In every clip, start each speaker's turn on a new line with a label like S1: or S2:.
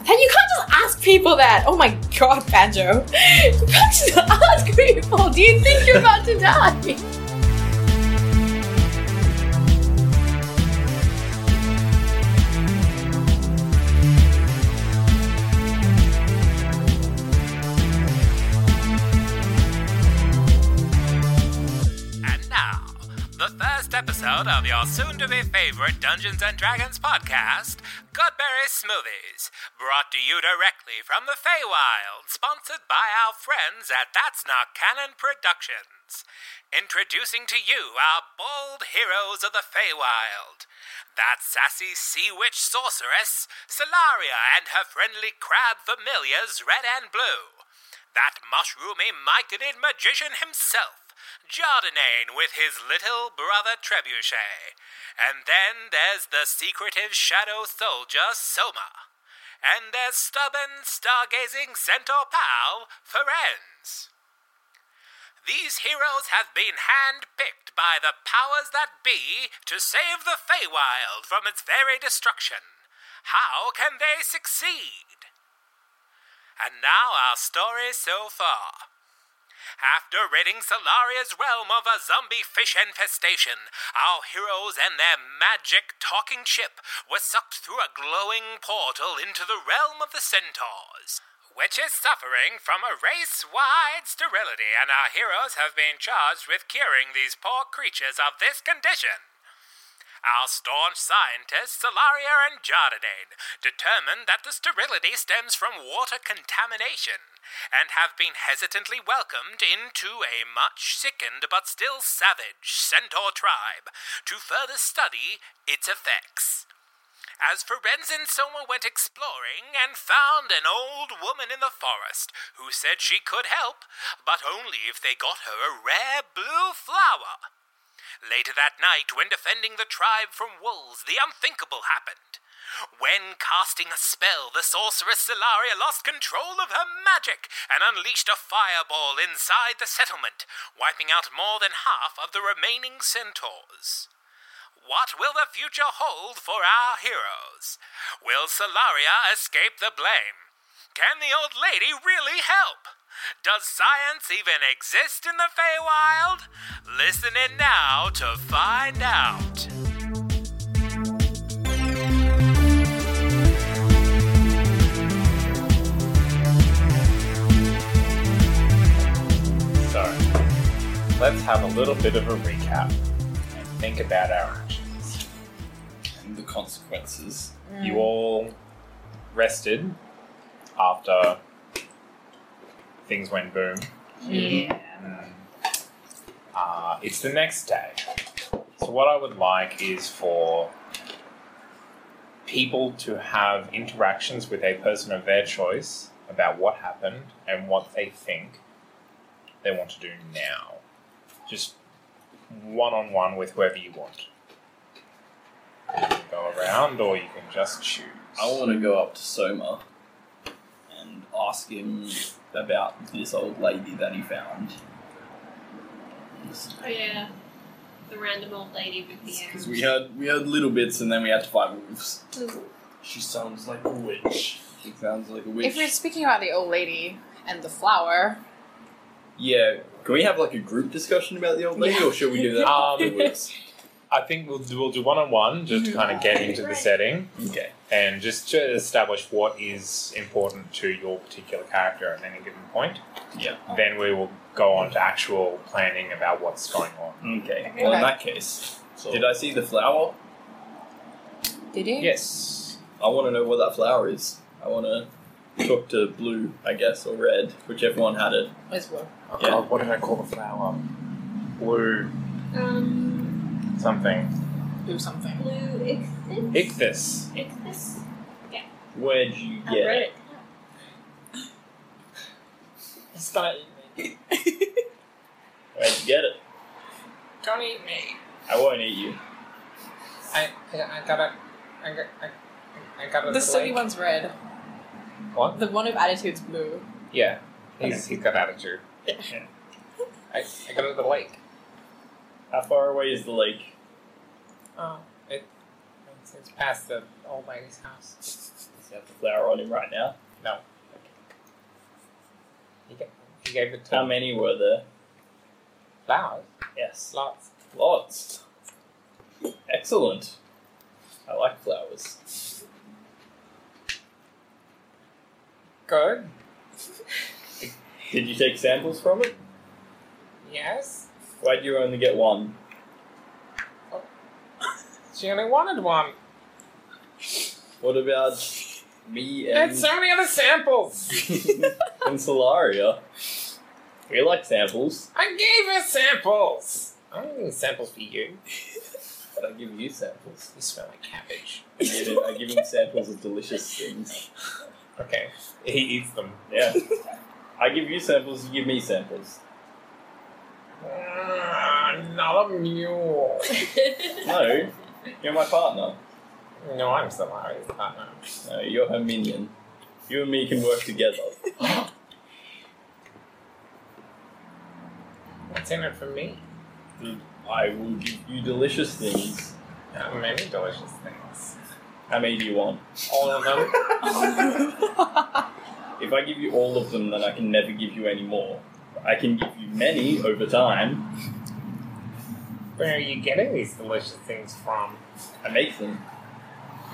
S1: And you can't just ask people that. Oh my god, Banjo. You can't just ask people, do you think you're about to die?
S2: And now, the first episode of your soon to be favorite Dungeons and Dragons podcast, Godberry Smoothies, brought to you directly from the Feywild, sponsored by our friends at That's Not Canon Productions. Introducing to you our bold heroes of the Feywild. That sassy sea witch sorceress, Solaria, and her friendly crab familiars, Red and Blue. That mushroomy mighted magician himself, Jardinane with his little brother Trebuchet. And then there's the secretive shadow soldier Soma. And there's stubborn stargazing centaur pal Ferenz. These heroes have been handpicked by the powers that be to save the Feywild from its very destruction. How can they succeed? And now our story so far. After ridding Solaria's realm of a zombie fish infestation, our heroes and their magic talking ship were sucked through a glowing portal into the realm of the centaurs, which is suffering from a race wide sterility, and our heroes have been charged with curing these poor creatures of this condition. Our staunch scientists, Solaria and Jardinane, determined that the sterility stems from water contamination and have been hesitantly welcomed into a much sickened but still savage centaur tribe to further study its effects. As Ferenz and Soma went exploring and found an old woman in the forest who said she could help, but only if they got her a rare blue flower. Later that night, when defending the tribe from wolves, the unthinkable happened. When casting a spell, the sorceress Solaria lost control of her magic and unleashed a fireball inside the settlement, wiping out more than half of the remaining centaurs. What will the future hold for our heroes? Will Solaria escape the blame? Can the old lady really help? Does science even exist in the Feywild? Listen in now to find out.
S3: So, let's have a little bit of a recap and think about our actions and the consequences. You all rested after things went boom. Mm. Uh, it's the next day. So, what I would like is for people to have interactions with a person of their choice about what happened and what they think they want to do now. Just one on one with whoever you want. You can go around, or you can just choose.
S4: I want to go up to Soma and ask him about this old lady that he found.
S5: Oh yeah, the random old lady with the
S4: Because we heard we heard little bits and then we had to fight wolves. She sounds like a witch. She sounds like a witch.
S1: If we're speaking about the old lady and the flower,
S4: yeah, can we have like a group discussion about the old lady, or should we do that
S3: Um,
S4: afterwards?
S3: I think we'll do, we'll do one on one just to kind of get into the setting
S4: okay.
S3: and just to establish what is important to your particular character at any given point.
S4: Yeah.
S6: Oh.
S3: Then we will go on to actual planning about what's going on.
S4: Okay. Well, in that case, did I see the flower?
S1: did you?
S3: Yes.
S4: I want to know what that flower is. I want to talk to blue, I guess, or red, whichever one had it.
S1: Where's Will?
S3: Oh
S4: Yeah.
S3: God, what did I call the flower? Blue
S5: um
S3: something.
S7: do something.
S5: Blue ichthys?
S4: Ichthys.
S5: Ichthys?
S4: Where'd you
S5: I
S4: get
S5: read
S4: it?
S5: it.
S7: Start eating me.
S4: Where'd you get it?
S7: Don't eat me.
S4: I won't eat you.
S6: I, I, I gotta, I, got- I, I gotta.
S7: The silly
S6: blink.
S7: one's red.
S6: What?
S7: The one of attitude's blue.
S6: Yeah, he's he's got attitude.
S4: Yeah.
S6: I, I go to the lake.
S4: How far away is the lake?
S6: Oh, it, it's, it's past the old lady's house.
S4: Does he have the flower on him right now?
S6: No. He gave, he gave it to
S4: How many were there?
S6: flowers.
S4: Yes.
S6: Lots.
S4: Lots. Excellent. I like flowers.
S6: Good.
S4: Did you take samples from it?
S6: Yes.
S4: Why'd you only get one?
S6: She only wanted one.
S4: What about me and,
S6: And so many other samples.
S4: and Solaria? We like samples.
S6: I gave her samples. I'm giving samples for you.
S4: But I give you samples.
S6: You smell like cabbage.
S4: I give him- I give him samples of delicious things.
S6: Okay. He eats them.
S4: Yeah. I give you samples, you give me samples.
S6: Mm, not a mule.
S4: No, you're my partner.
S6: No, I'm still Larry's partner.
S4: No, you're her minion. You and me can work together.
S6: What's in it for me?
S4: I will give you delicious things.
S6: Uh, many delicious things.
S4: How many do you want?
S6: All of them.
S4: If I give you all of them, then I can never give you any more. I can give you many over time.
S6: Where are you getting these delicious things from?
S4: I make them.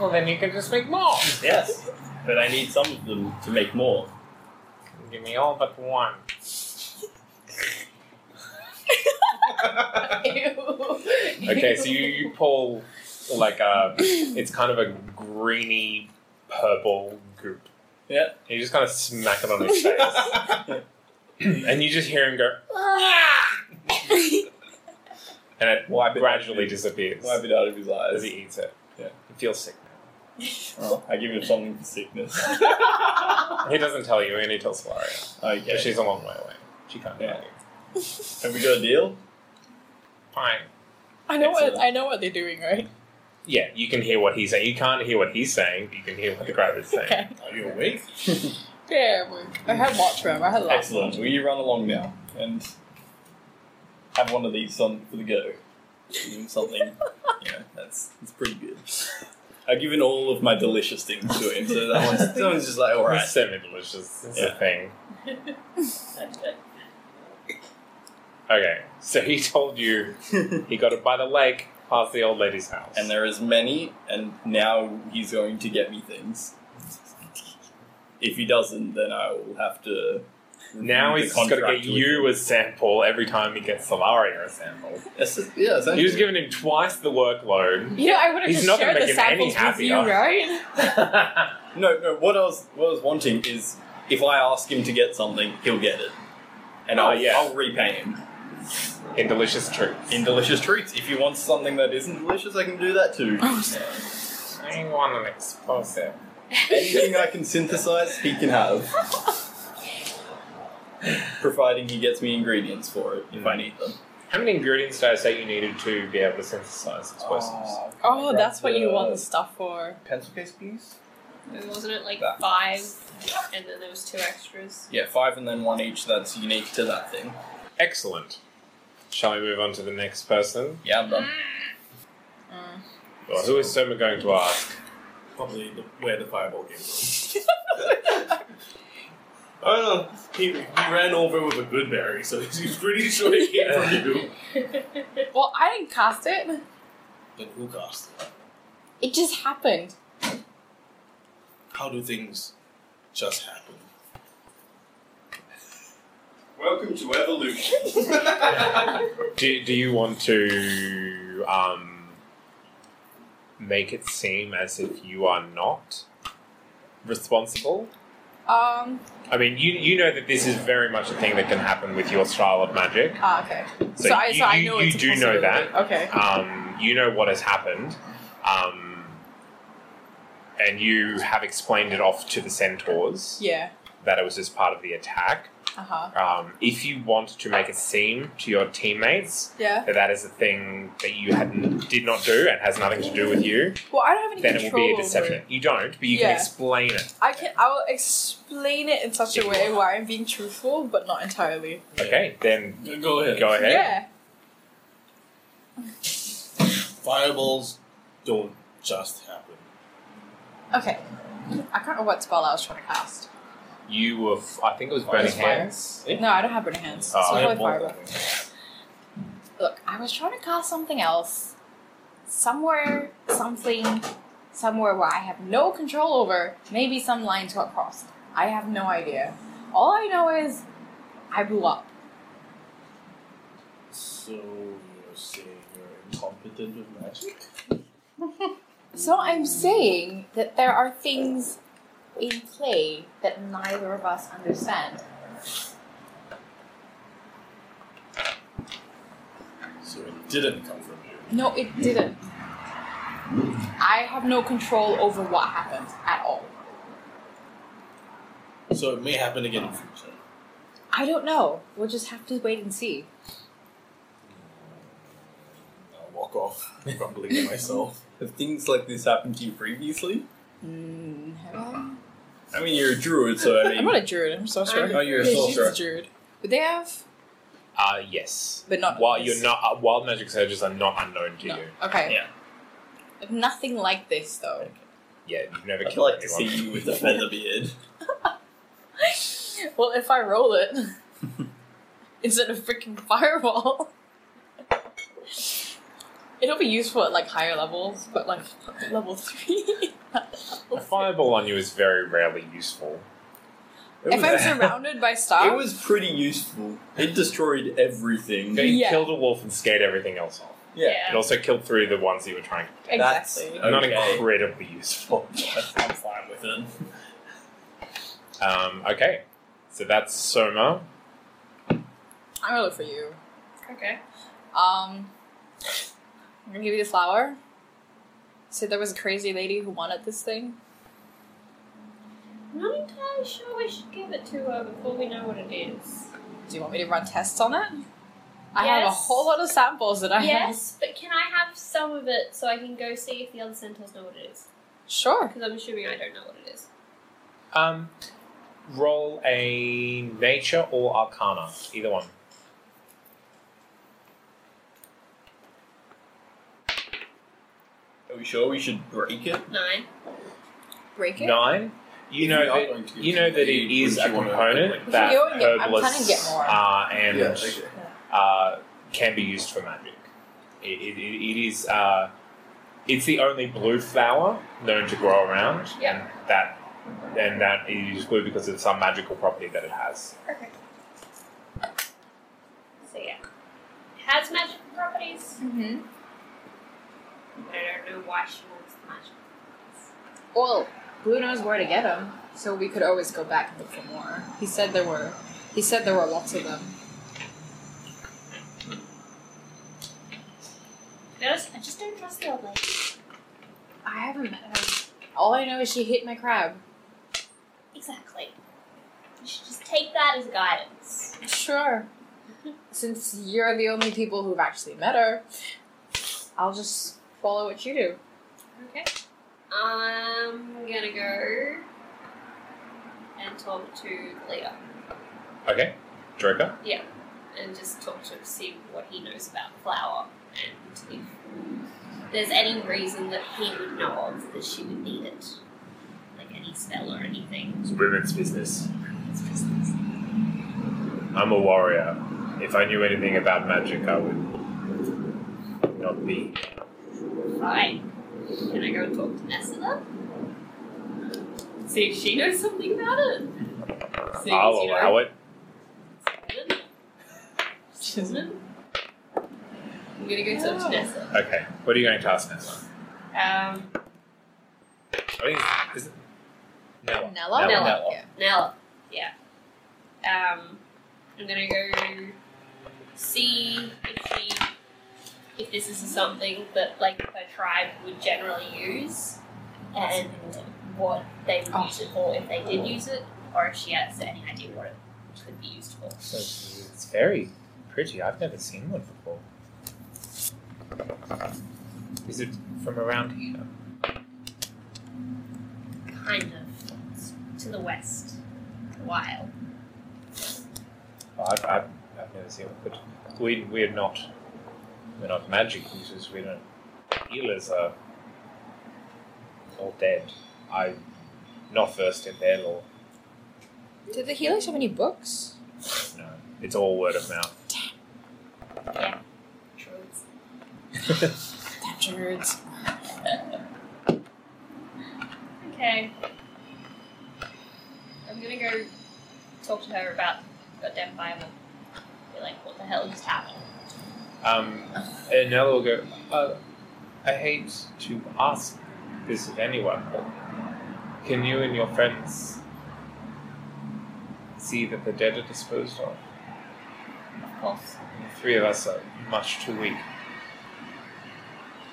S6: Well, then you can just make more.
S4: Yes, but I need some of them to make more.
S6: Give me all but one.
S8: okay,
S6: Okay, so you, you pull like a, it's kind of a greeny purple goop.
S4: Yeah.
S6: And you just kind of smack it on his face. and you just hear him go, "Ah!" and it
S4: Wipe it-
S6: gradually disappears
S4: Wipe it out of his
S6: as
S4: eyes.
S6: he eats it.
S4: Yeah.
S6: He feels sick now.
S4: Oh, I give him something for sickness.
S6: He doesn't tell you, he only tells Solaria.
S4: Okay.
S6: But she's a long way away. She can't
S4: Yeah.
S6: tell you.
S4: Have we got a deal?
S6: Fine.
S7: I know what
S4: Excellent.
S7: I know what they're doing, right?
S6: Yeah, you can hear what he's saying. You can't hear what he's saying, but you can hear what the crowd is saying.
S7: Okay.
S4: Are you awake?
S7: Yeah, well, I had watch room. I had a lot.
S4: Excellent. Will you run along now and have one of these on for the go? Give him something. yeah, that's that's pretty good. I've given all of my delicious things to him, so that one's, that one's just like, all right.
S6: It's semi-delicious. It's
S4: Yeah.
S6: a thing. Okay, so he told you he got it by the lake past the old lady's house.
S4: And there is many, and now he's going to get me things. If he doesn't, then I will have to.
S6: now
S4: review
S6: he's
S4: the
S6: just got to
S4: contract
S6: get
S4: with
S6: you
S4: him.
S6: a sample every time he gets Solaria a sample.
S4: That's just- yeah, essentially.
S6: You're just giving him twice the workload.
S7: Yeah, I would have
S6: He's
S7: just
S6: not gonna
S7: shared the
S6: make him any
S7: samples with you,
S6: happier.
S7: right?
S4: No, no. What I was what I was wanting is if I ask him to get something, he'll get it, and
S6: Oh,
S4: I'll,
S6: yeah.
S4: I'll repay him
S6: In delicious truth.
S4: in delicious treats. If he wants something that isn't delicious, I can do that too.
S7: Oh,
S6: I want an explosive.
S4: Anything I can synthesize, he can have, providing he gets me ingredients for it if I
S6: Mm.
S4: need them.
S6: How many ingredients did I say you needed to be able to synthesize explosives?
S7: Oh, that's what you want the stuff for.
S4: Pencil case, please.
S5: Wasn't it like
S4: That.
S5: five? And then there was two extras.
S4: Yeah, five and then one each. That's unique to that thing.
S6: Excellent. Shall we move on to the next person?
S4: Yeah, I'm done.
S6: Well, who is Soma going to ask?
S9: Probably the, where the fireball came from. I don't know. He, he ran over with a good berry, so he's pretty sure it came from you.
S7: Well, I didn't cast it.
S9: Then who cast it?
S7: It just happened.
S9: How do things just happen?
S4: Welcome to evolution.
S6: Do, do you want to um, make it seem as if you are not responsible
S7: Um.
S6: I mean, you you know that this is very much a thing that can happen with your style of magic.
S7: Ah, okay.
S6: So,
S7: So, I,
S6: you,
S7: so I
S6: you-
S7: know
S6: you
S7: it's a
S6: do know that.
S7: possibility. Okay.
S6: Um, you know what has happened. Um, and you have explained it off to the centaurs
S7: yeah.
S6: that it was just part of the attack.
S7: Uh huh.
S6: Um, if you want to make it seem to your teammates
S7: Yeah.
S6: that that is a thing that you hadn't, did not do and has nothing to do with you,
S7: Well, I don't have any
S6: then it will
S7: control
S6: be a
S7: over
S6: deception.
S7: it.
S6: You don't, but you
S7: Yeah.
S6: can explain it.
S7: I can. I'll explain it in such a way where I'm being truthful, but not entirely.
S6: Okay, then
S4: Go ahead.
S6: go ahead.
S7: Yeah.
S4: Fireballs don't just happen.
S7: Okay. I can't remember what spell I was trying to cast.
S6: You were, f- I think it was burning hands.
S7: No, I don't have burning hands.
S6: Oh,
S7: so probably
S6: I have more
S7: fireball. Look, I was trying to cast something else. Somewhere, something, somewhere where I have no control over. Maybe some lines got crossed. I have no idea. All I know is I blew up.
S9: So you're saying you're incompetent with magic?
S7: So I'm saying that there are things in play that neither of us understand.
S9: So it didn't come from you.
S7: No, it didn't. I have no control over what happened at all.
S9: So it may happen again in future.
S7: I don't know. We'll just have to wait and see.
S4: I'll walk off, grumbling to myself. Have things like this happened to you previously?
S7: Mm, have I?
S4: I mean, you're a druid, so I mean.
S7: I'm not a druid. I'm a sorcerer.
S4: Oh, you're a
S7: Yeah, she's
S4: sorcerer.
S7: druid. Would they have?
S6: Uh, yes.
S7: But not
S6: While
S7: this.
S6: you're not, uh, wild magic surges are not unknown to you.
S7: Okay.
S4: Yeah.
S7: Nothing like this though.
S6: Yeah, you've never
S4: I'd
S6: killed
S4: like to see
S6: anyone.
S4: you with a feather beard.
S7: Well, if I roll it instead of freaking fireball, it'll be useful at like higher levels, but like level three.
S6: A fireball on you is very rarely useful.
S4: It
S7: if
S4: was-
S7: I'm surrounded by stars,
S4: It was pretty useful. It destroyed everything.
S6: So you
S7: Yeah.
S6: killed a wolf and scared everything else off.
S4: Yeah.
S6: It also killed through the ones that you were trying to kill.
S7: exactly.
S4: That's-
S6: Not
S4: Okay.
S6: incredibly useful.
S4: I'm fine with it.
S6: Um, okay. So that's Soma.
S7: I'm gonna look for you.
S5: Okay.
S7: Um, I'm gonna give you the flower. So there was a crazy lady who wanted this thing.
S5: I'm not entirely sure we should give it to her before we know what it is.
S7: Do you want me to run tests on it? I have a
S5: Yes.
S7: whole lot of samples
S4: Uh-huh.
S7: that I have.
S5: yes, but can I have some of it so I can go see if the other centaurs know what it is?
S7: Sure.
S5: Because I'm assuming I don't know what it is.
S6: Um, roll a nature or arcana. Either one.
S4: Are we sure we should break it?
S5: Nine.
S7: Break it.
S6: Nine. You know that you know that it is a component that
S7: Go and get- I'm trying to get
S6: herbalists
S7: more.
S6: are and
S4: Yeah, okay.
S6: uh, can be used for magic. It, it, it it is uh, it's the only blue flower known to grow around,
S5: Yeah.
S6: and that and that it is blue because of some magical property that it has.
S5: Okay. So yeah, has magical properties.
S7: Mm-hmm.
S5: I don't know why she wants the magic.
S7: Well, Blue knows where to get them, so we could always go back and look for more. He said there were. He said there were lots of them.
S5: To be honest, I just don't trust the old lady.
S7: I haven't met her. All I know is she hit my crab.
S5: Exactly. You should just take that as guidance.
S7: Sure. Since you're the only people who've actually met her, I'll just follow what you do.
S5: Okay. I'm gonna go and talk to the leader.
S6: Okay, Joker.
S5: Yeah. And just talk to him, see what he knows about flower and if there's any reason that he would know of that she would need it. Like any spell or anything.
S6: It's women's business. I'm a warrior. If I knew anything about magic, I would not be.
S5: Fine. Can I go and talk to Nessa then? See if she knows something about it. Seeing
S6: I'll
S5: as you
S6: allow
S5: know-
S6: it.
S5: Seven. Seven. I'm gonna go talk to Nessa.
S6: Okay, what are you going to ask Nessa?
S5: Um,
S6: I think is it Nella.
S7: Nella?
S5: Nella.
S7: Yeah.
S5: Now, yeah. Um, I'm gonna go see if she, if this is something that like her tribe would generally use, and what they would use it for if they did use it, or if she has any idea what it could be used for.
S6: So it's very pretty. I've never seen one before. Is it from around here?
S5: Kind of It's to the west, a while.
S6: Oh, I've, I've, I've never seen one, but we, we're not we're not magic users. We don't healers are all dead. I'm not versed in their law.
S7: Do the healers have any books?
S6: No, it's all word of mouth.
S5: Yeah. Druids.
S7: Druids.
S5: Okay. I'm gonna go talk to her about goddamn Bible. Be like, what the hell just happened?
S6: Um, and now will go. Uh, I hate to ask this of anyone, but can you and your friends see that the dead are disposed of?
S5: Of course.
S6: The three of us are much too weak.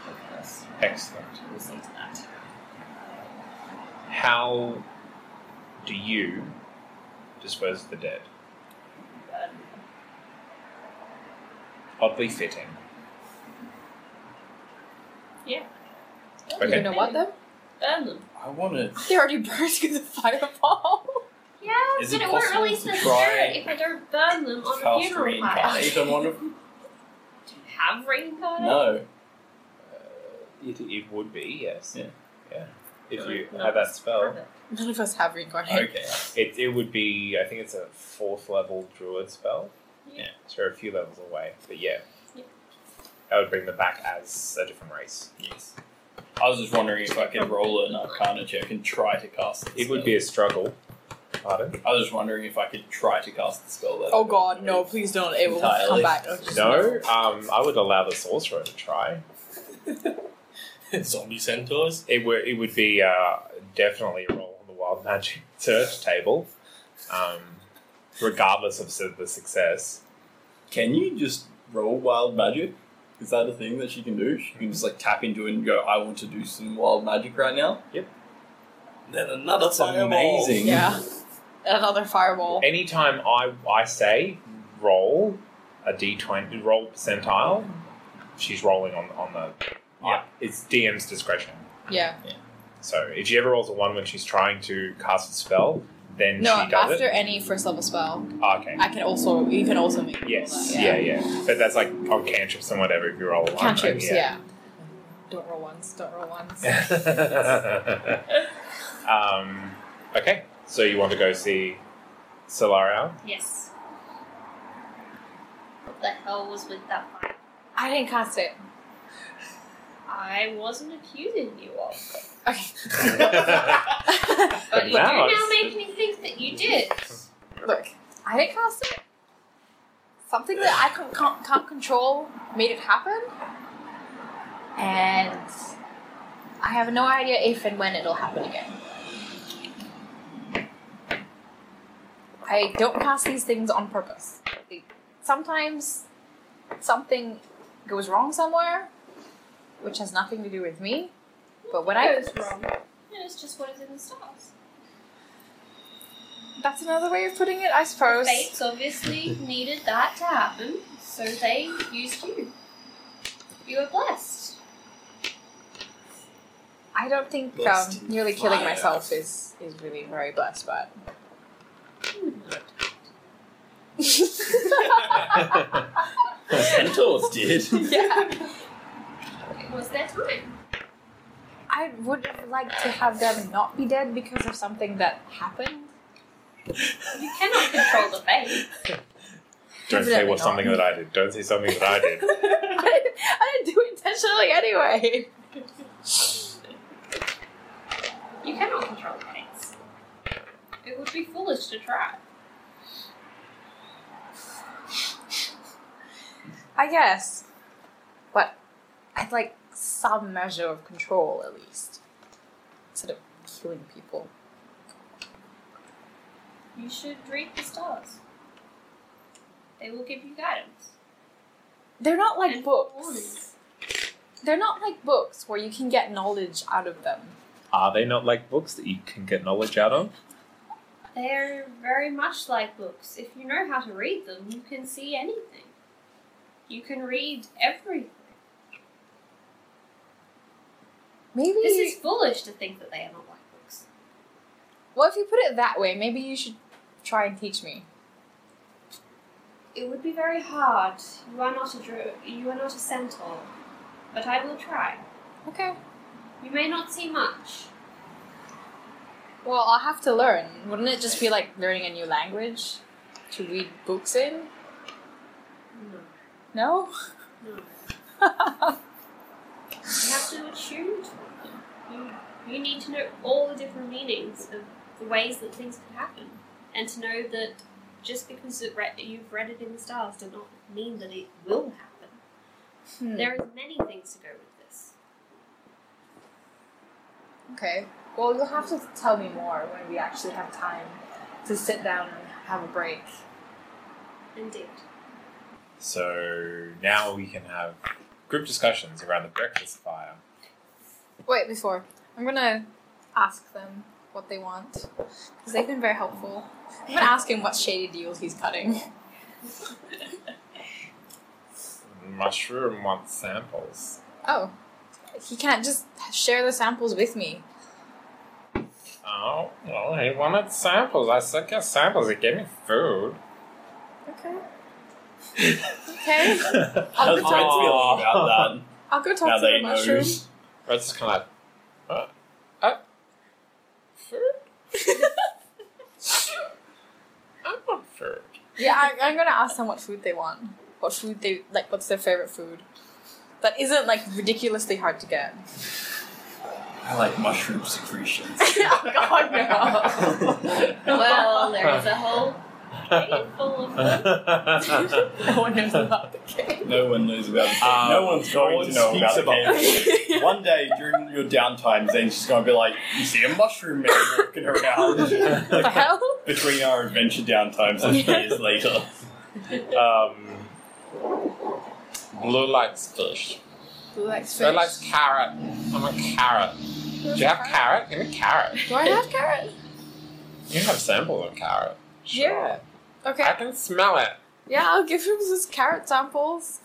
S5: Of course.
S6: Excellent.
S5: We'll see to that.
S6: How do you dispose of the dead?
S5: Um,
S6: Oddly fitting.
S5: yeah.
S7: You
S6: Okay.
S7: know what them?
S5: Burn them.
S4: I want to.
S7: They already burst through the fireball.
S5: Yeah,
S4: Is
S5: but
S4: it
S5: it, won't
S4: possible
S5: release
S4: to
S5: the
S4: try
S5: spirit if I don't burn them on the
S4: Cast
S5: funeral pyre.
S4: reincarnate on one of them?
S5: Do you have reincarnate?
S4: No.
S6: It, it would be, yes.
S4: Yeah.
S6: Yeah. If
S4: No,
S6: you
S5: no,
S6: have that spell.
S5: Perfect.
S7: None of us have reincarnation.
S4: Okay.
S6: It, it would be, I think it's a fourth level druid spell.
S5: Yeah.
S6: So we're a few levels away, but yeah.
S5: Yeah.
S6: That would bring them back as a different race.
S4: Yes. I was just wondering if I could roll an arcana check and try to cast. the
S6: It would
S4: spell.
S6: be a struggle. Pardon?
S4: I was just wondering if I could try to cast the spell. That
S7: Oh god, no, please don't. It will come
S4: Entirely.
S7: back. It'll just-
S6: No, um, I would allow the sorcerer to try.
S9: Zombie centaurs?
S6: It would it would be uh, definitely a roll on the wild magic search table, um, regardless of su- the success.
S4: Can you just roll wild magic? Is that a thing that she can do? She can just like tap into it and go, "I want to do some wild magic right now."
S9: Then another
S4: That's amazing.
S7: Yeah. Another fireball.
S6: Anytime I I say roll a d twenty roll percentile, she's rolling on on the.
S4: Yeah.
S6: it's DM's discretion.
S7: Yeah.
S6: So if she ever rolls a one when she's trying to cast a spell, then
S7: No,
S6: she does
S7: after
S6: it.
S7: any first level spell,
S6: Ah, okay.
S7: I can also you can also make.
S6: yes.
S7: that,
S6: yeah. yeah, But that's like on cantrips and whatever. If you roll a one, right?
S7: Cantrips, yeah. Don't roll ones. Don't roll ones.
S6: um, okay, so you want to go see Solarion?
S5: Yes. What the hell was with that pyre?
S7: I didn't cast it.
S5: I wasn't accusing you of.
S7: Okay.
S5: But you
S6: Wow,
S5: do now
S6: it's-
S5: make me think that you did.
S7: Look, I didn't cast it. Something that I can't, can't, can't control made it happen, and I have no idea if and when it'll happen again. I don't cast these things on purpose. They- Sometimes something goes wrong somewhere, which has nothing to do with me. But when I
S5: It was wrong. It was just what is in the stars.
S7: that's another way of putting it, I suppose.
S5: Fates obviously needed that to happen, so they used you. You were blessed.
S7: I don't think um,
S4: Blessed
S7: nearly killing
S4: fire.
S7: myself is is really very blessed, but
S4: Centaurs did.
S7: yeah,
S5: It was their time.
S7: I would have liked to have them not be dead because of something that happened.
S5: You cannot control the fate.
S6: Don't say
S7: Definitely
S6: what's
S7: not.
S6: something that I did. Don't say something that I did.
S7: I didn't, I didn't do it intentionally anyway.
S5: You cannot control the fates. It would be foolish to try.
S7: I guess, but I'd like some measure of control at least, instead of killing people.
S5: You should drink the stars. They will give you guidance.
S7: They're not like
S5: warning.
S7: books. They're not like books where you can get knowledge out of them.
S6: Are they not like books that you can get knowledge out of?
S5: They're very much like books. If you know how to read them, you can see anything. You can read everything.
S7: Maybe
S5: This is foolish to think that they are not like books.
S7: well, if you put it that way, maybe you should try and teach me.
S5: It would be very hard. You are not a dro- you are not a centaur, but I will try.
S7: Okay.
S5: You may not see much.
S7: Well, I'll have to learn. Wouldn't it just be like learning a new language to read books in? No.
S5: No,
S7: No?
S5: you have to attune to them. You you need to know all the different meanings of the ways that things could happen, and to know that just because it re- you've read it in the stars does not mean that it will happen.
S7: Hmm.
S5: There are many things to go with this.
S7: Okay. Well, you'll have to tell me more when we actually have time to sit down and have a break.
S5: Indeed.
S6: So now we can have group discussions around the breakfast fire.
S7: Wait, before. I'm gonna ask them what they want. Because they've been very helpful. I'm gonna ask him what shady deals he's cutting.
S6: Mushroom wants samples.
S7: Oh. He can't just share the samples with me.
S6: Oh, well, he wanted samples. I said, get samples. He gave me food.
S7: Okay. okay.
S4: How's
S7: I'll
S4: Red's
S7: go
S6: Red's
S7: talk,
S4: feeling about
S7: I'll go
S4: that? now
S7: talk to
S4: that
S7: the
S4: he
S7: mushroom.
S4: knows.
S6: Red's just kind of like, uh, uh, food? I want food.
S7: Yeah, I, I'm gonna ask them what food they want. What food they like? What's their favorite food? That isn't like ridiculously hard to get.
S4: I like mushroom secretions.
S7: Oh, God no.
S5: Well, there is a whole cave full of them.
S7: no one knows about the cake.
S4: no one knows about the cave.
S6: Um,
S4: no one's
S6: no
S4: going
S6: one
S4: to know
S6: speaks
S4: about,
S6: about
S4: the cave. One day during your downtime, Zane's just going to be like, you see a mushroom man walking around.
S7: What the hell?
S4: Between our adventure downtimes and years later.
S6: um, Blue likes fish.
S7: Who likes
S6: Red likes carrot. I'm a carrot. Do you have carrot? Give me carrot.
S7: Do I have carrot?
S6: You have samples of carrot.
S7: Yeah. Okay.
S6: I can smell it.
S7: Yeah, I'll give him his carrot samples.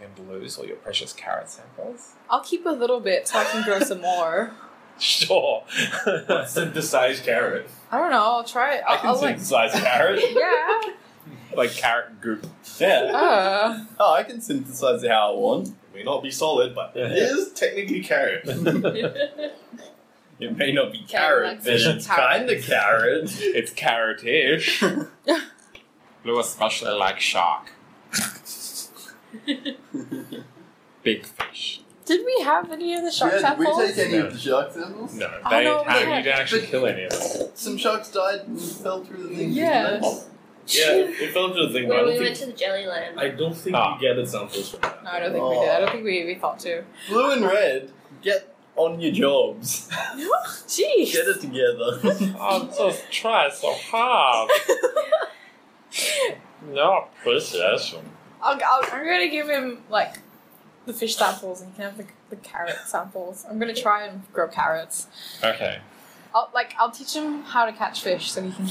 S6: And lose all your precious carrot samples.
S7: I'll keep a little bit so I can grow some more.
S6: Sure.
S4: synthesized carrot?
S7: I don't know. I'll try it.
S4: I
S7: I'll,
S4: can
S7: I'll like.
S4: synthesize carrot.
S7: Yeah.
S6: like carrot goop.
S4: Yeah.
S7: Uh,
S4: Oh, I can synthesize how I want. It may not be solid, but it is technically carrot. it may not be
S7: Carrot
S4: carrot, but
S7: likes
S4: it's
S7: carrot.
S4: kind of carrot.
S6: It's carrotish. Blue especially likes shark. Big fish.
S7: did we have any of the shark
S10: Yeah, did we
S7: samples?
S10: take any
S6: No.
S10: of the shark samples?
S6: No,
S7: Oh,
S6: they
S7: no,
S6: have,
S7: yeah.
S6: you didn't actually kill any of them.
S10: Some sharks died and fell through the thing.
S7: Yeah.
S10: didn't they?
S9: Yeah, it fell into the thing, but I
S5: When
S9: don't
S5: we went
S9: think,
S5: to the jelly land,
S9: I don't think
S6: Ah.
S9: we gathered samples from that.
S7: No, I don't think we did. I don't think we, we thought to.
S4: Blue and red, get on your jobs.
S7: Jeez.
S4: Get it together.
S6: I'm just trying so hard. no appreciation.
S7: I'll, I'll, I'm gonna give him like the fish samples, and he can have the, the carrot samples. I'm gonna try and grow carrots.
S6: Okay.
S7: I'll like I'll teach him how to catch fish, so he can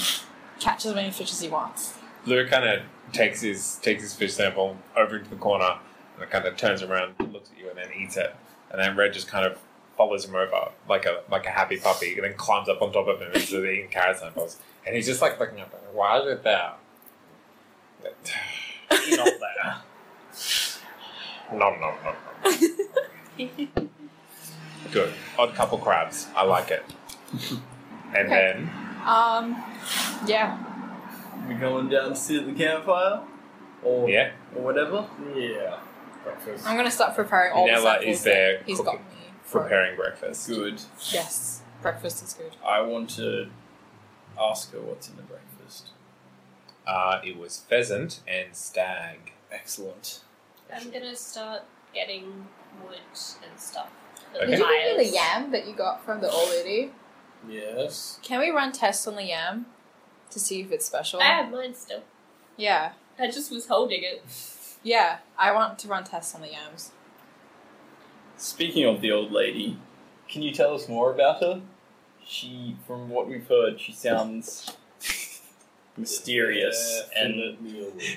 S7: catch as many fish as he wants.
S6: Lou kind of takes his takes his fish sample over into the corner and kind of turns around, looks at you, and then eats it. And then Red just kind of follows him over like a like a happy puppy, and then climbs up on top of him and starts eating carrot samples. And he's just like looking up, like, why is it there? It's Not there. nom nom nom. nom. Good. Odd couple crabs. I like it.
S7: Okay.
S6: And then
S7: Um, yeah.
S4: we going down to sit at the campfire? Or,
S6: yeah,
S4: or whatever?
S9: Yeah.
S6: breakfast.
S7: I'm gonna start preparing all the
S6: Nella
S7: samples
S6: is there
S7: that he's got
S6: cooking-
S7: me. for-
S6: preparing breakfast.
S4: Good.
S7: Yes, breakfast is good.
S4: I want to ask her what's in the breakfast.
S6: Uh, it was pheasant and stag.
S4: Excellent.
S5: I'm gonna start getting wood and stuff. for
S6: Okay.
S5: the
S7: Did you
S5: fires.
S7: give me the yam that you got from the old lady?
S9: Yes.
S7: Can we run tests on the yam to to see if it's special?
S5: I have mine still.
S7: Yeah.
S5: I just was holding it.
S7: Yeah, I want to run tests on the yams.
S4: Speaking of the old lady, can you tell us more about her? She, from what we've heard, she sounds mysterious and.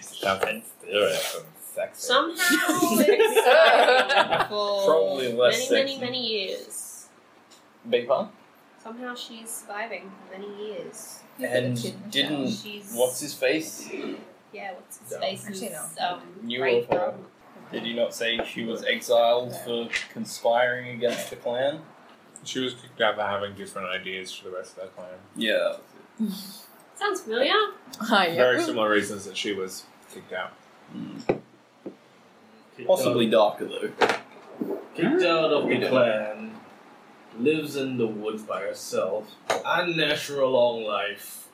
S4: Something.
S5: Somehow,
S4: Probably
S5: it's for
S4: less
S5: many,
S4: sexy.
S5: many, many years.
S4: Big pun?
S5: Somehow she's surviving for many years.
S4: And
S5: Hmm.
S4: didn't.
S5: She's-
S4: What's his face?
S5: Yeah, what's his
S4: No.
S5: face?
S7: Actually, no.
S5: is, um,
S4: Knew
S5: right
S4: of her. Did he not say she was exiled for conspiring against the clan?
S6: She was kicked out for having different ideas for the rest of her clan.
S4: Yeah.
S5: Sounds familiar.
S7: Ah, yeah.
S6: Very similar reasons that she was kicked out.
S4: Possibly darker though.
S9: Kicked out of the clan, lives in the woods by herself, unnatural long life.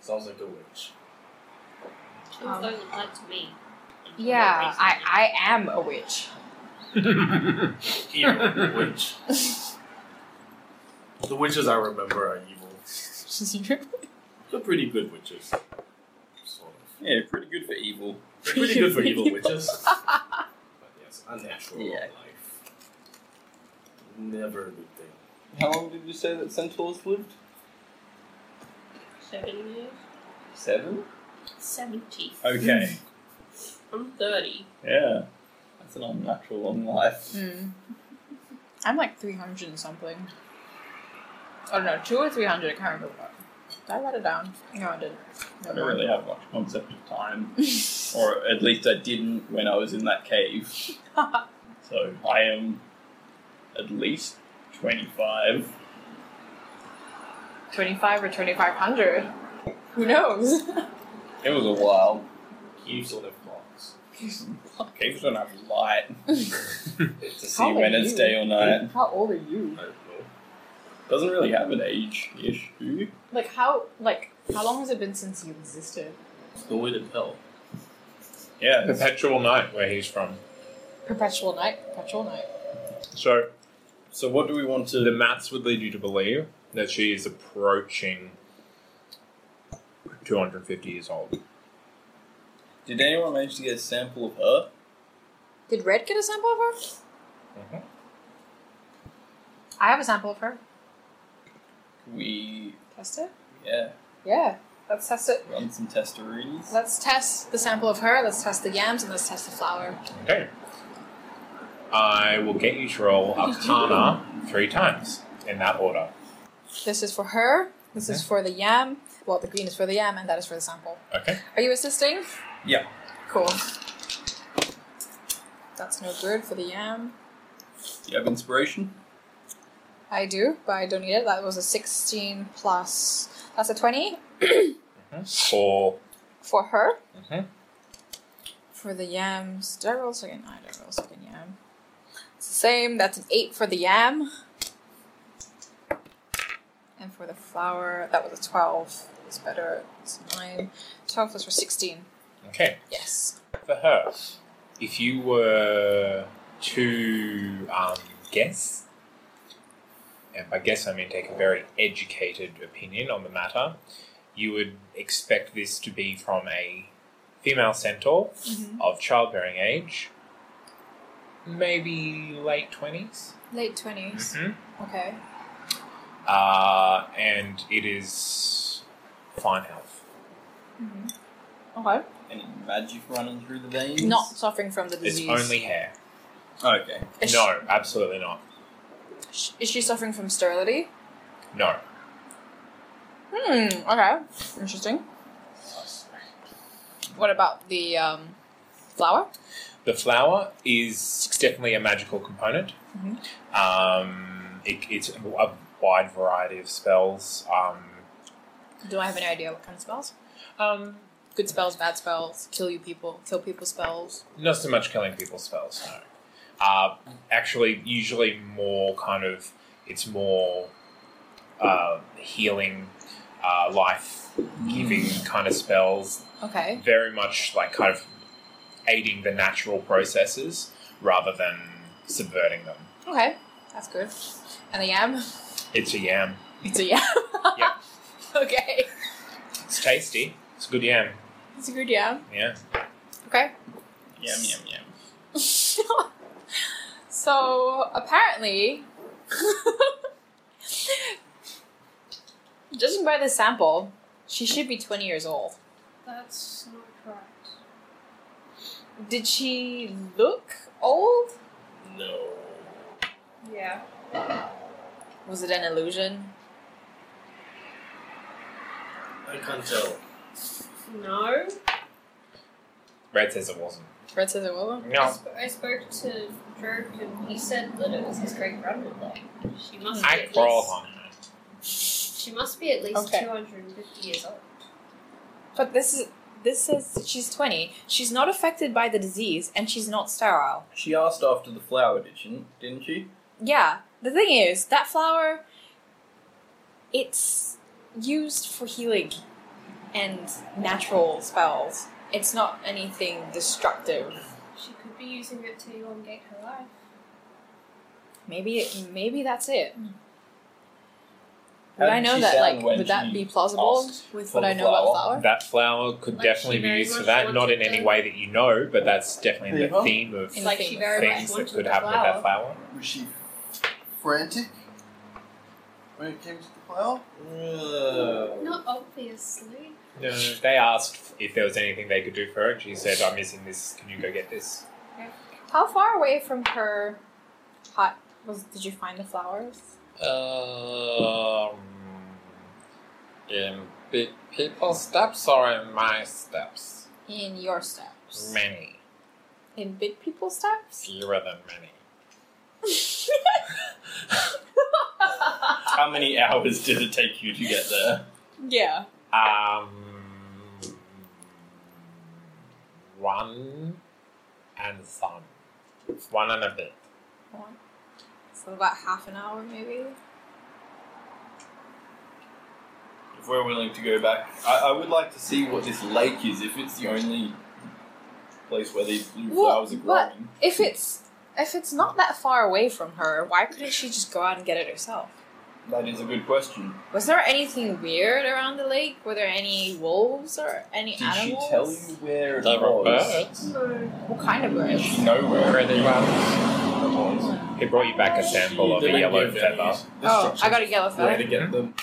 S9: Sounds like a witch.
S5: She was going to look like to me.
S7: Um, Yeah, I, I am a witch.
S9: Evil witch. The witches I remember are evil. They're pretty good witches. Sort of.
S4: Yeah, pretty good for evil.
S9: They're pretty good for evil witches. But yes, unnatural
S4: Yeah.
S9: life. Never a good thing.
S4: How long did you say that centaurs lived?
S5: Seven years?
S4: Seven?
S5: 70.
S4: Okay.
S5: I'm 30.
S4: Hmm. yeah. That's an unnatural long life.
S7: Mm. I'm like 300 and something. I don't know, two or 300, I can't remember. what. Did I write it down? No, I didn't.
S4: I don't really have much concept of time. or at least I didn't when I was in that cave. so I am at least 25.
S7: 25 or 2500. Who knows?
S4: It was a while.
S9: You still have clocks.
S4: Caves don't have light to see
S7: How
S4: when
S7: are
S4: it's
S7: you?
S4: day or night.
S7: How old are you?
S9: I don't know.
S4: Doesn't really have an age issue.
S7: Like how like how long has it been since you existed?
S9: It's the way to hell.
S4: Yeah, it's-
S6: Perpetual night, where he's from.
S7: Perpetual night, perpetual night.
S6: So
S4: So what do we want to?
S6: the maths would lead you to believe that she is approaching 250 years old.
S4: Did anyone manage to get a sample of her?
S7: Did Red get a sample of her?
S6: Mhm.
S7: I have a sample of her.
S4: We
S7: Test it?
S4: yeah,
S7: Yeah. Let's test it.
S4: run some testaroonies.
S7: Let's test the sample of her, let's test the yams, and let's test the flour.
S6: Okay. I will get you to roll Arcana three times in that order.
S7: This is for her, this is for the yam. Well, the green is for the yam, and that is for the sample.
S6: Okay.
S7: Are you assisting?
S4: Yeah.
S7: Cool. That's no good for the yam.
S4: Do you have inspiration?
S7: I do, but I don't need it. That was a 16 plus. That's a 20
S6: For
S7: for her.
S6: Mhm.
S7: For the yams. Did I roll a second? I did roll a second yam. It's the same. That's an 8 for the yam. And for the flour, that was a 12. It's better. It's 9. 12 plus for 16.
S6: okay
S7: Yes.
S6: for her, if you were to um, guess, and by guess I mean take a very educated opinion on the matter, you would expect this to be from a female centaur of childbearing age, maybe late twenties.
S7: Late 20s.
S6: Mm-hmm.
S7: Okay.
S6: uh, and it is fine health.
S7: Okay.
S4: Any magic running through the veins?
S7: Not suffering from the
S6: It's
S7: disease.
S6: only hair.
S4: Okay.
S7: Is
S6: No, absolutely not.
S7: She, is she suffering from sterility?
S6: No.
S7: Hmm. Okay. Interesting. What about the um, flower?
S6: The flower is definitely a magical component. Um, it, it's a wide variety of spells. Um,
S7: Do I have any idea what kind of spells?
S6: um,
S7: Good spells, bad spells, kill you people, kill people spells.
S6: not so much killing people spells, no. Uh, actually, usually more kind of, it's more uh, healing, uh, life giving kind of spells
S7: Okay.
S6: very much like kind of aiding the natural processes rather than subverting them.
S7: Okay. That's good. And the yam?
S6: It's a yam.
S7: It's a yam.
S6: Yeah.
S7: okay.
S6: It's It's tasty. It's a good yam.
S7: It's a good yam.
S6: Yeah.
S7: Okay.
S6: Yum yum yum.
S7: So apparently, judging by the sample, she should be twenty years old.
S5: That's not correct.
S7: Did she look old?
S9: No.
S5: Yeah.
S7: Was it an illusion?
S9: I can't tell.
S5: No.
S6: Brad says it wasn't.
S7: Red says it wasn't.
S5: I,
S6: No.
S5: sp- I spoke to Dirk and he said that it was his great grandmother. She must be
S6: I
S5: at
S6: crawl
S5: least,
S6: on
S5: She must be at least
S7: Okay.
S5: 250 years old.
S7: But this is this says that she's twenty. She's not affected by the disease, and she's not sterile.
S4: She asked after the flower, did she? Didn't she?
S7: Yeah. The thing is, that flower, it's used for healing and natural spells. It's not anything destructive.
S5: She could be using it to elongate her life.
S7: Maybe it, maybe that's it.
S4: How
S7: Would I
S4: did
S7: know
S4: she
S7: that?
S4: sound
S7: Like,
S4: when
S7: would that
S4: she
S7: be plausible
S4: asked
S7: with
S4: for
S7: what
S4: the
S7: I know about
S4: flower?
S7: flower?
S6: That flower could
S5: Like,
S6: definitely
S5: she
S6: be
S5: very
S6: used for
S5: much
S6: that. Not in
S5: wanted
S6: any
S5: to-
S6: way that you know, but that's definitely the
S10: Yeah.
S6: theme of
S7: In
S5: Like she
S7: things.
S5: very much
S6: things that
S5: wanted
S6: could
S5: the
S6: happen with that
S5: flower.
S6: flower.
S10: Was she frantic when it came to the plow?
S9: Uh,
S5: Not obviously.
S6: No, they asked if there was anything they could do for her, and she said, "I'm missing this. Can you go get this?"
S7: How far away from her hut was? Did you find the flowers?
S6: Um, in pe- people's steps or in my steps?
S7: In your steps.
S6: Many,
S7: In big people's steps.
S6: fewer than many.
S4: How many hours did it take you to get there?
S7: Yeah.
S6: Um, one and some, one and a bit.
S7: So about half an hour, maybe.
S4: If we're willing to go back, I, I would like to see what this lake is. If it's the only place where these blue
S7: Well,
S4: flowers are
S7: but
S4: growing,
S7: if it's if it's not that far away from her, why couldn't she just go out and get it herself?
S4: that is a good question.
S7: Was there anything weird around the lake? Were there any wolves or any
S4: Did
S7: animals?
S4: she tell you where it
S6: They were
S4: was?
S7: what kind of
S4: Did
S7: birds?
S4: she know where
S6: Where
S4: it
S6: they were.
S4: was?
S6: He brought you back a sample of
S9: They
S6: a
S9: don't
S6: yellow
S9: give
S6: feather.
S9: any
S7: Oh, I got a
S9: instructions
S7: yellow
S9: Where to
S7: feather.
S9: get them?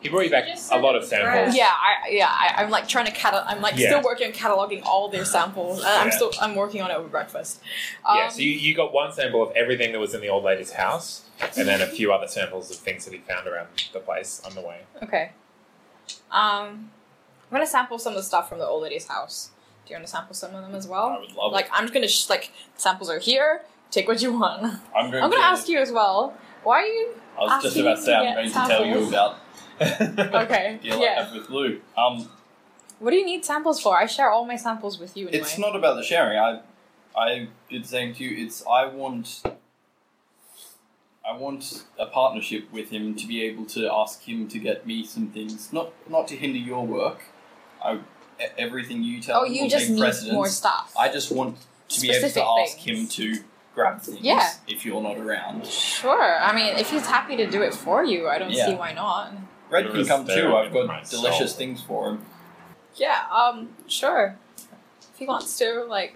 S6: He brought you back
S5: Just
S6: a
S5: send
S6: lot
S5: it
S6: of
S5: to
S6: samples.
S5: Brad.
S7: Yeah, I yeah, I, I'm like trying to catalog. I'm like
S6: Yeah.
S7: still working on cataloging all their samples. And I'm
S6: Yeah.
S7: still I'm working on it over breakfast. um,
S6: yeah, so you, you got one sample of everything that was in the old lady's house, and then a few other samples of things that he found around the place on the way.
S7: Okay. Um, I'm gonna sample some of the stuff from the old lady's house. Do you want to sample some of them as well?
S4: I would love
S7: like
S4: it.
S7: I'm just gonna sh- like samples are here. Take what you want. I'm
S4: I'm going
S7: gonna
S4: to
S7: ask you as well. Why are you?
S4: I was just
S7: asking
S4: about to say
S7: to
S4: I'm
S7: get
S4: going to tell you
S7: samples.
S4: about
S7: Okay.
S4: the
S7: yeah.
S4: yeah. with Lou. Um,
S7: What do you need samples for? I share all my samples with you anyway.
S4: It's not about the sharing. I I did the same to you. It's I want I want a partnership with him to be able to ask him to get me some things. Not not to hinder your work. I e- everything you tell
S7: oh,
S4: me
S7: you
S4: will
S7: just
S4: take
S7: need
S4: precedence.
S7: more stuff.
S4: I just want to be able to
S7: Specific
S4: ask him
S7: things.
S4: to grab things
S7: Yeah.
S4: if you're not around.
S7: sure. I mean, if he's happy to do it for you, I don't
S4: Yeah.
S7: see why not.
S4: Red can
S6: Whoever's
S4: come
S6: there
S4: too. I've
S6: with my
S4: got delicious
S6: soul.
S4: things for him.
S7: Yeah. Um. Sure. If he wants to, like,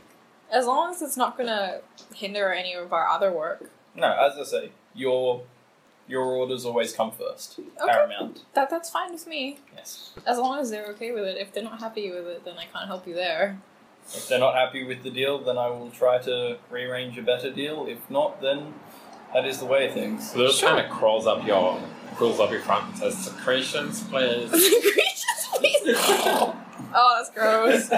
S7: as long as it's not gonna hinder any of our other work.
S4: No, as I say, your your orders always come first.
S7: Okay.
S4: Paramount.
S7: That that's fine with me.
S4: Yes.
S7: As long as they're okay with it. If they're not happy with it, then I can't help you there.
S4: If they're not happy with the deal, then I will try to rearrange a better deal. If not, then that is the way of things.
S6: So little kind of crawls up your crawls up your front and says, "Secretions, please."
S7: oh, that's gross.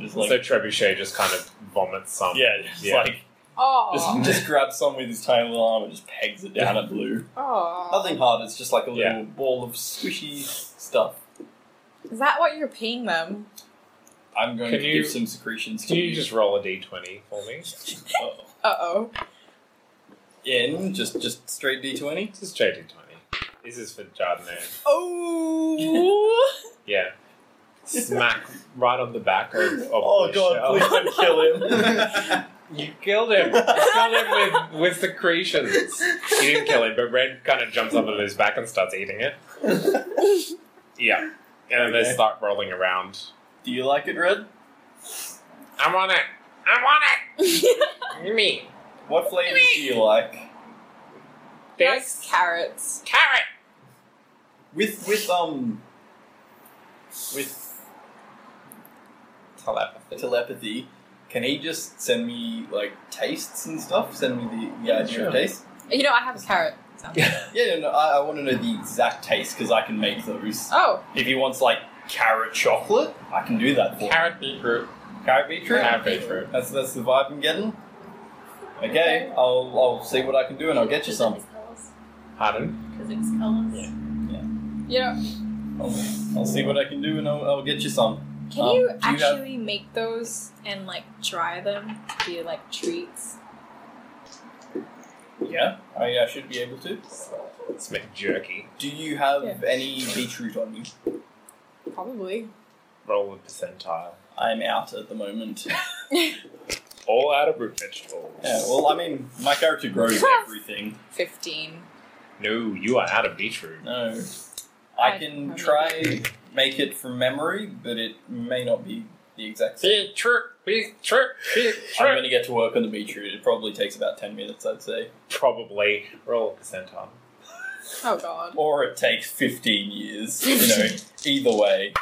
S4: Just
S6: so
S4: like,
S6: Trebuchet just kind of vomits some.
S4: yeah, just
S6: Yeah.
S4: like
S7: Oh.
S4: just, just grabs some with his tiny little arm and just pegs it down at Blue.
S7: Oh.
S4: Nothing hard. It's just like a little
S6: Yeah.
S4: ball of squishy stuff.
S7: Is that what you're paying them?
S4: I'm going
S6: Can
S4: to
S6: you-
S4: give some secretions to
S6: Can you just roll a d20 for me?
S4: Oh.
S7: Uh oh.
S4: in just just straight d20.
S6: This is JD20. This is for Chardonnay.
S7: Oh.
S6: Yeah. Smack right on the back of, of
S4: Oh
S6: the
S4: god!
S6: shell.
S4: Please don't kill him.
S6: You killed him. You killed him with, with secretions. You didn't kill him, but Red kind of jumps up on his back and starts eating it. Yeah. And they
S4: Okay.
S6: start rolling around.
S4: Do you like it, Red?
S6: I want it. I want it. Me.
S4: What flavors do you like?
S6: This
S7: carrots.
S6: carrot.
S4: With with um with
S6: Telepathy.
S4: telepathy, can he just send me like tastes and stuff? Send me the, the idea
S6: Sure.
S4: of taste.
S7: You know, I have a carrot. So.
S4: Yeah, no, no I, I want to know the exact taste because I can make those.
S7: Oh,
S4: If he wants like carrot chocolate, I can do that for him.
S6: Carrot beetroot.
S4: Carrot beetroot.
S6: Carrot beetroot.
S4: That's that's the vibe I'm getting. Okay, I'll I'll see what I can do and I'll get you some.
S6: Pardon?
S11: Because it was colours.
S7: you know,
S4: I'll, I'll see what I can do and I'll, I'll get you some.
S7: can
S4: Um,
S7: you
S4: do you have-
S7: actually make those and like dry them to be like treats?
S4: Yeah, I, I should be able to.
S6: Let's make jerky.
S4: Do you have
S7: Yeah.
S4: any beetroot on you?
S7: Probably.
S6: Roll a percentile.
S4: I'm out at the moment. yeah,
S6: All out of root vegetables.
S4: well, I mean, my character grows everything.
S7: 15.
S6: No, you are out of beetroot.
S4: No.
S7: I
S4: I can
S7: don't
S4: try make it from memory, but it may not be the exact same.
S6: Beetroot. Beetroot.
S4: I'm going to get to work on the beetroot. It probably takes about 10 minutes, I'd say.
S6: Probably roll a percentile.
S7: Oh god.
S4: Or it takes 15 years. You know, either way.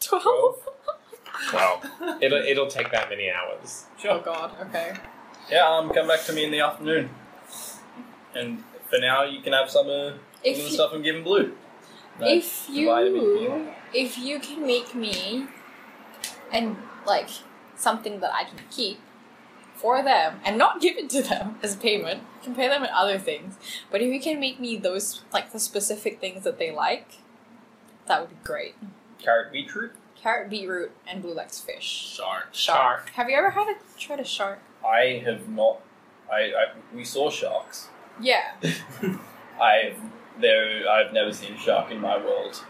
S7: 12?
S6: Well, it'll it'll take that many hours.
S7: Oh god, okay.
S4: Yeah, um, come back to me in the afternoon. And for now, you can have some of
S7: If
S4: some of the
S7: you-
S4: stuff I'm giving Blue.
S7: if
S4: That's the
S7: you
S4: vitamin E.
S7: if you can make me and like something that I can keep for them and not give it to them as payment, you can pay them in other things. But if you can make me those like the specific things that they like, that would be great.
S4: Carrot beetroot?
S7: Carrot, beetroot, and blue legs fish.
S12: Shark.
S7: Shark. Have you ever had a tried a shark?
S4: I have not. I, I we saw sharks.
S7: Yeah.
S4: I've there. I've never seen a shark in my world.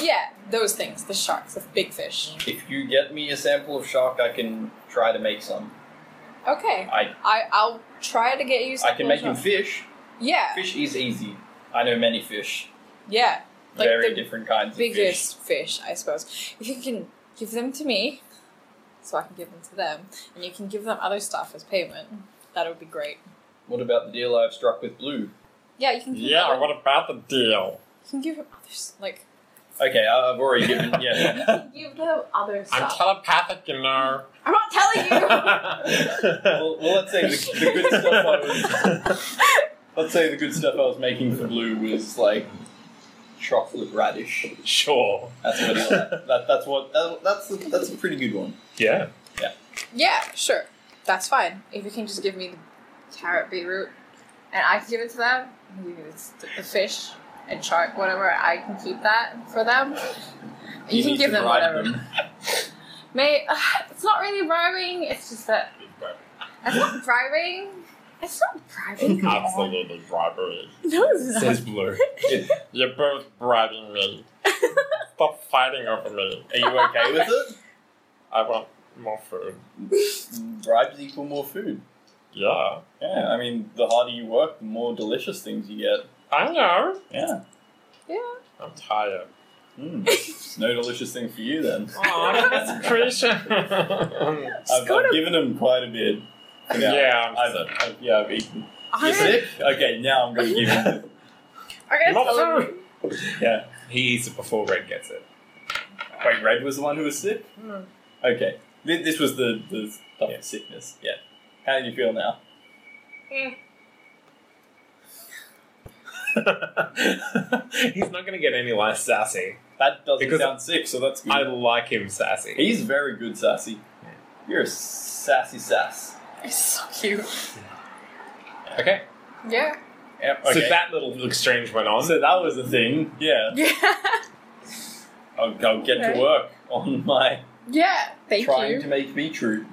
S7: Yeah, those things, the sharks, the big fish.
S4: If you get me a sample of shark, I can try to make some.
S7: Okay.
S4: I
S7: I, I'll try to get you some
S4: I can make
S7: shark.
S4: him fish.
S7: Yeah.
S4: Fish is easy. I know many fish.
S7: Yeah. Like
S4: Very
S7: the
S4: different kinds of fish.
S7: biggest fish. I suppose. If you can give them to me, so I can give them to them, and you can give them other stuff as payment, that would be great.
S4: What about the deal I've struck with Blue?
S7: Yeah, you can give
S6: Yeah,
S7: them,
S6: what about the deal?
S7: you can give them others like
S4: Okay, I- I've already given. Yeah,
S7: give them other
S6: I'm
S7: stuff.
S6: telepathic, you know.
S7: I'm not telling you.
S4: well, well, let's say the, the good stuff I was. Let's say the good stuff I was making for Blue was like chocolate radish.
S6: Sure.
S4: That's what. he liked. That, that's what. That, that's a, that's a pretty good one.
S6: Yeah.
S7: yeah, sure, that's fine. If you can just give me the carrot, beetroot, and I can give it to them, and give it to the fish and shark, whatever. I can keep that for them. You, can
S4: need
S7: give
S4: to
S7: them
S4: bribe
S7: whatever. May it's not really bribing. It's just that it's not bribing. It's not bribing. come on.
S6: Absolutely bribery.
S7: No, it's not.
S6: Says Blue. You're both bribing me. Stop fighting over me.
S4: Are you okay with it?
S6: I want more food.
S4: Bribes equal more food.
S6: Yeah.
S4: Yeah, I mean, the harder you work, the more delicious things you get.
S6: I know.
S4: Yeah.
S7: Yeah.
S6: I'm tired.
S4: Mm. no delicious thing for you then.
S6: Aw, that's Christian.
S4: I've,
S7: go
S4: I've
S7: to-
S4: given him quite a bit. For now.
S6: Yeah, I'm
S4: I've, I've- yeah, I've eaten.
S7: I
S4: You sick? Okay, now I'm going to give him.
S7: I gotta tell
S6: More
S7: them-
S6: food.
S4: Yeah.
S6: He eats it before Red gets it.
S4: Wait, Red was the one who was sick?
S7: Hmm.
S4: Okay. Th- This was the, the stuff of sickness. Yeah. How do you feel now?
S7: Mm.
S6: He's not going to get any less sassy.
S4: That doesn't
S6: Because-
S4: sound sick, so that's good.
S6: I like him sassy.
S4: He's very good, Sassy. You're a sassy sass.
S7: It's so cute.
S6: okay.
S7: Yeah.
S4: Yep,
S6: So
S4: okay.
S6: that little exchange went on.
S4: So that was the thing. Yeah.
S7: Yeah.
S4: I'll, I'll get
S7: Okay.
S4: to work on my
S7: Yeah. Thank
S4: trying
S7: you.
S4: to make beetroot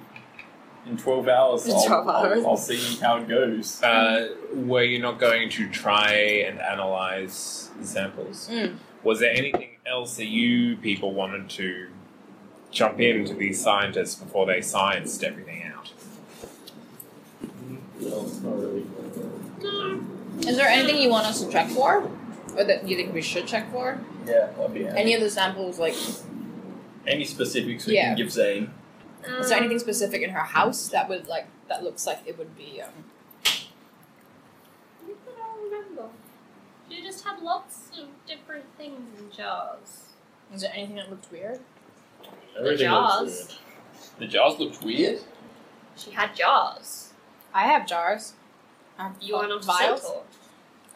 S4: in 12 hours.
S7: In
S4: I'll-
S7: 12
S4: I'll-
S7: hours.
S4: I'll, see how it goes.
S6: uh, were you not going to try and analyze the samples?
S7: Mm.
S6: Was there anything else that you people wanted to jump into these scientists before they scienced everything out?
S7: Is there anything you want us to check for? Or that you think we should check for?
S4: Yeah, that'd be
S7: Any of the samples, like,
S4: Any specifics we
S7: Yeah.
S4: can give Zane?
S5: um,
S7: is there anything specific in her house that would, like, that looks like it would be, um,
S5: I don't remember. She just had lots of different things in jars.
S7: is there anything that looked weird?
S5: The jars.
S4: The jars looked weird.
S5: She had jars.
S7: I have jars. I have
S5: You are not a
S7: vials.
S5: centaur.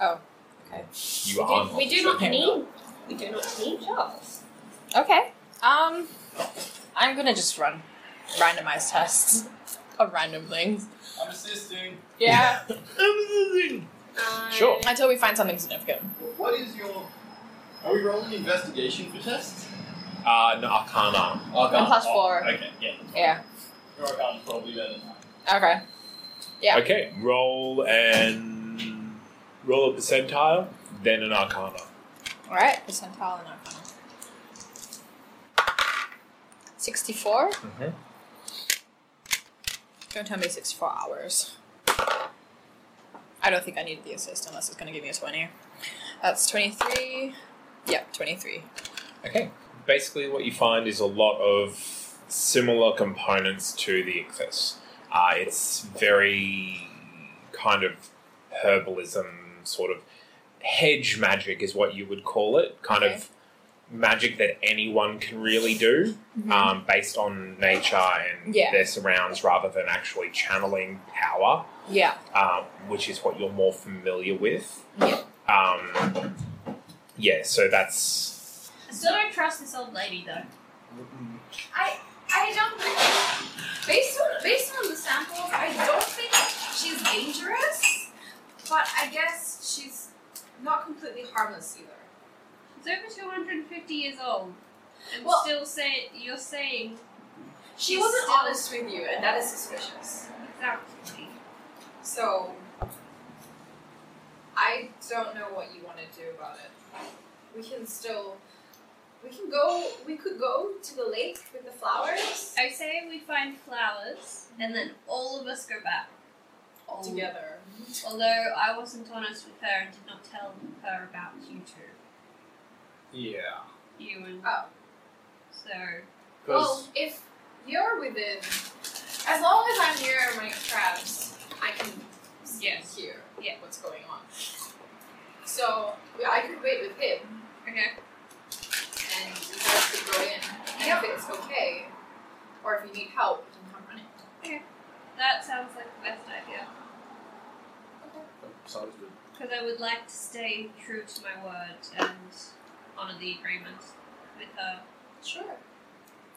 S7: Oh, okay.
S6: You
S5: We do-
S6: are not.
S5: we do not
S6: Okay.
S5: need. We do not need jars.
S7: Okay. Um, I'm gonna just run randomized tests of random things.
S4: I'm assisting.
S7: Yeah.
S5: I-
S6: Sure.
S7: Until we find something significant.
S4: What is your? Are we rolling investigation for tests?
S6: Uh, no, Arcana.
S4: Arcana.
S7: plus
S4: Oh,
S7: four.
S4: Okay, yeah.
S7: Yeah.
S4: Your Arcana's probably better than mine.
S7: Okay. Yeah.
S6: Okay, roll and roll a percentile, then an Arcana.
S7: All right. Percentile and arcana. Sixty-four.
S6: Mhm.
S7: Don't tell me sixty-four hours. I don't think I needed the assist unless it's gonna give me a twenty. That's twenty-three. Yeah, twenty-three.
S6: Okay. Basically, what you find is a lot of similar components to the Ichthys. Uh, it's very kind of herbalism, sort of hedge magic is what you would call it. Kind
S7: Okay.
S6: of magic that anyone can really do um, based on nature and
S7: Mm-hmm. Yeah.
S6: their surrounds rather than actually channeling power
S7: Yeah.
S6: um, which is what you're more familiar with.
S7: Yeah.
S6: Um, yeah, so that's.
S5: I still don't trust this old lady though. I I don't think based on based on the samples, I don't think she's dangerous, but I guess she's not completely harmless either. She's over two hundred and fifty years old. And still say you're saying
S1: She
S5: She's
S1: wasn't
S5: still-
S1: honest with you, and that is suspicious.
S5: exactly.
S1: So, I don't know what you want to do about it. We can still, we can go. We could go to the lake with the flowers
S5: I say we find flowers and then all of us go back. All-
S7: Together.
S5: Although I wasn't honest with her and did not tell her about you two.
S9: Yeah.
S5: You and
S1: Oh.
S5: so
S1: Well, if you're within, as long as I'm near my crabs, I can
S5: Yeah.
S1: hear
S5: Yeah.
S1: what's going on. So yeah, I could wait with him,
S5: Okay.
S1: and you guys could go in. And if it's okay, or if you need help, we can come running.
S5: That sounds like the best idea.
S9: Sounds good.
S5: Because I would like to stay true to my word and honour the agreement with her.
S1: Sure.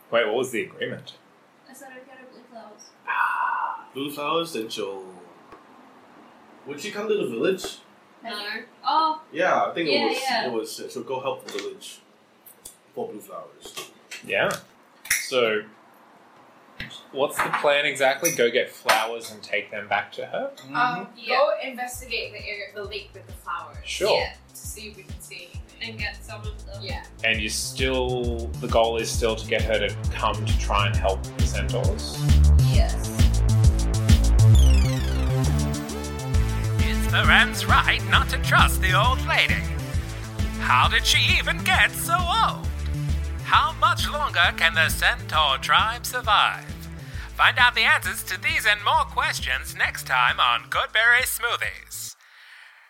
S6: Wait, what was the agreement?
S5: I said I'd get her blue flowers.
S9: Blue flower essential. Would she come to the village?
S5: No. Oh,
S9: Yeah, I think
S5: Yeah,
S9: it was.
S5: yeah.
S9: It was. She'll go help the village for blue flowers.
S6: Yeah. So, what's the plan exactly? Go get flowers and take them back to her?
S1: Um,
S5: Yeah.
S1: go investigate the area, the lake with the flowers.
S6: Sure.
S5: Yeah.
S1: To see if we can see anything.
S5: and get some of them.
S1: Yeah.
S6: And you still. The goal is still to get her to come to try and help the centaurs.
S1: Yes.
S2: It's the Ram's right not to trust the old lady. How did she even get so old? How much longer can the Centaur tribe survive? Find out the answers to these and more questions next time on Goodberry Smoothies.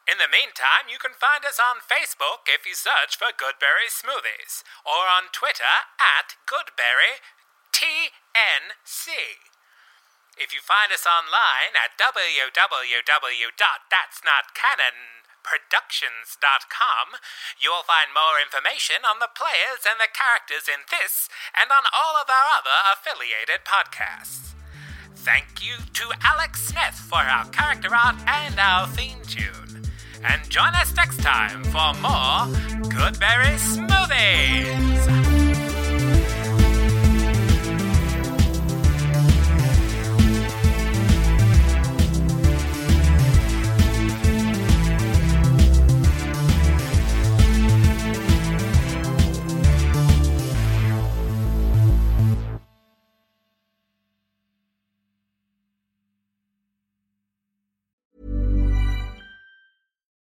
S2: In the meantime, you can find us on Facebook if you search for Goodberry Smoothies, or on Twitter at Goodberry TNC. If you find us online at www.thatsnotcanonproductions.com, you will find more information on the players and the characters in this and on all of our other affiliated podcasts. Thank you to Alex Smith for our character art and our theme tune. And join us next time for more Goodberry Smoothies!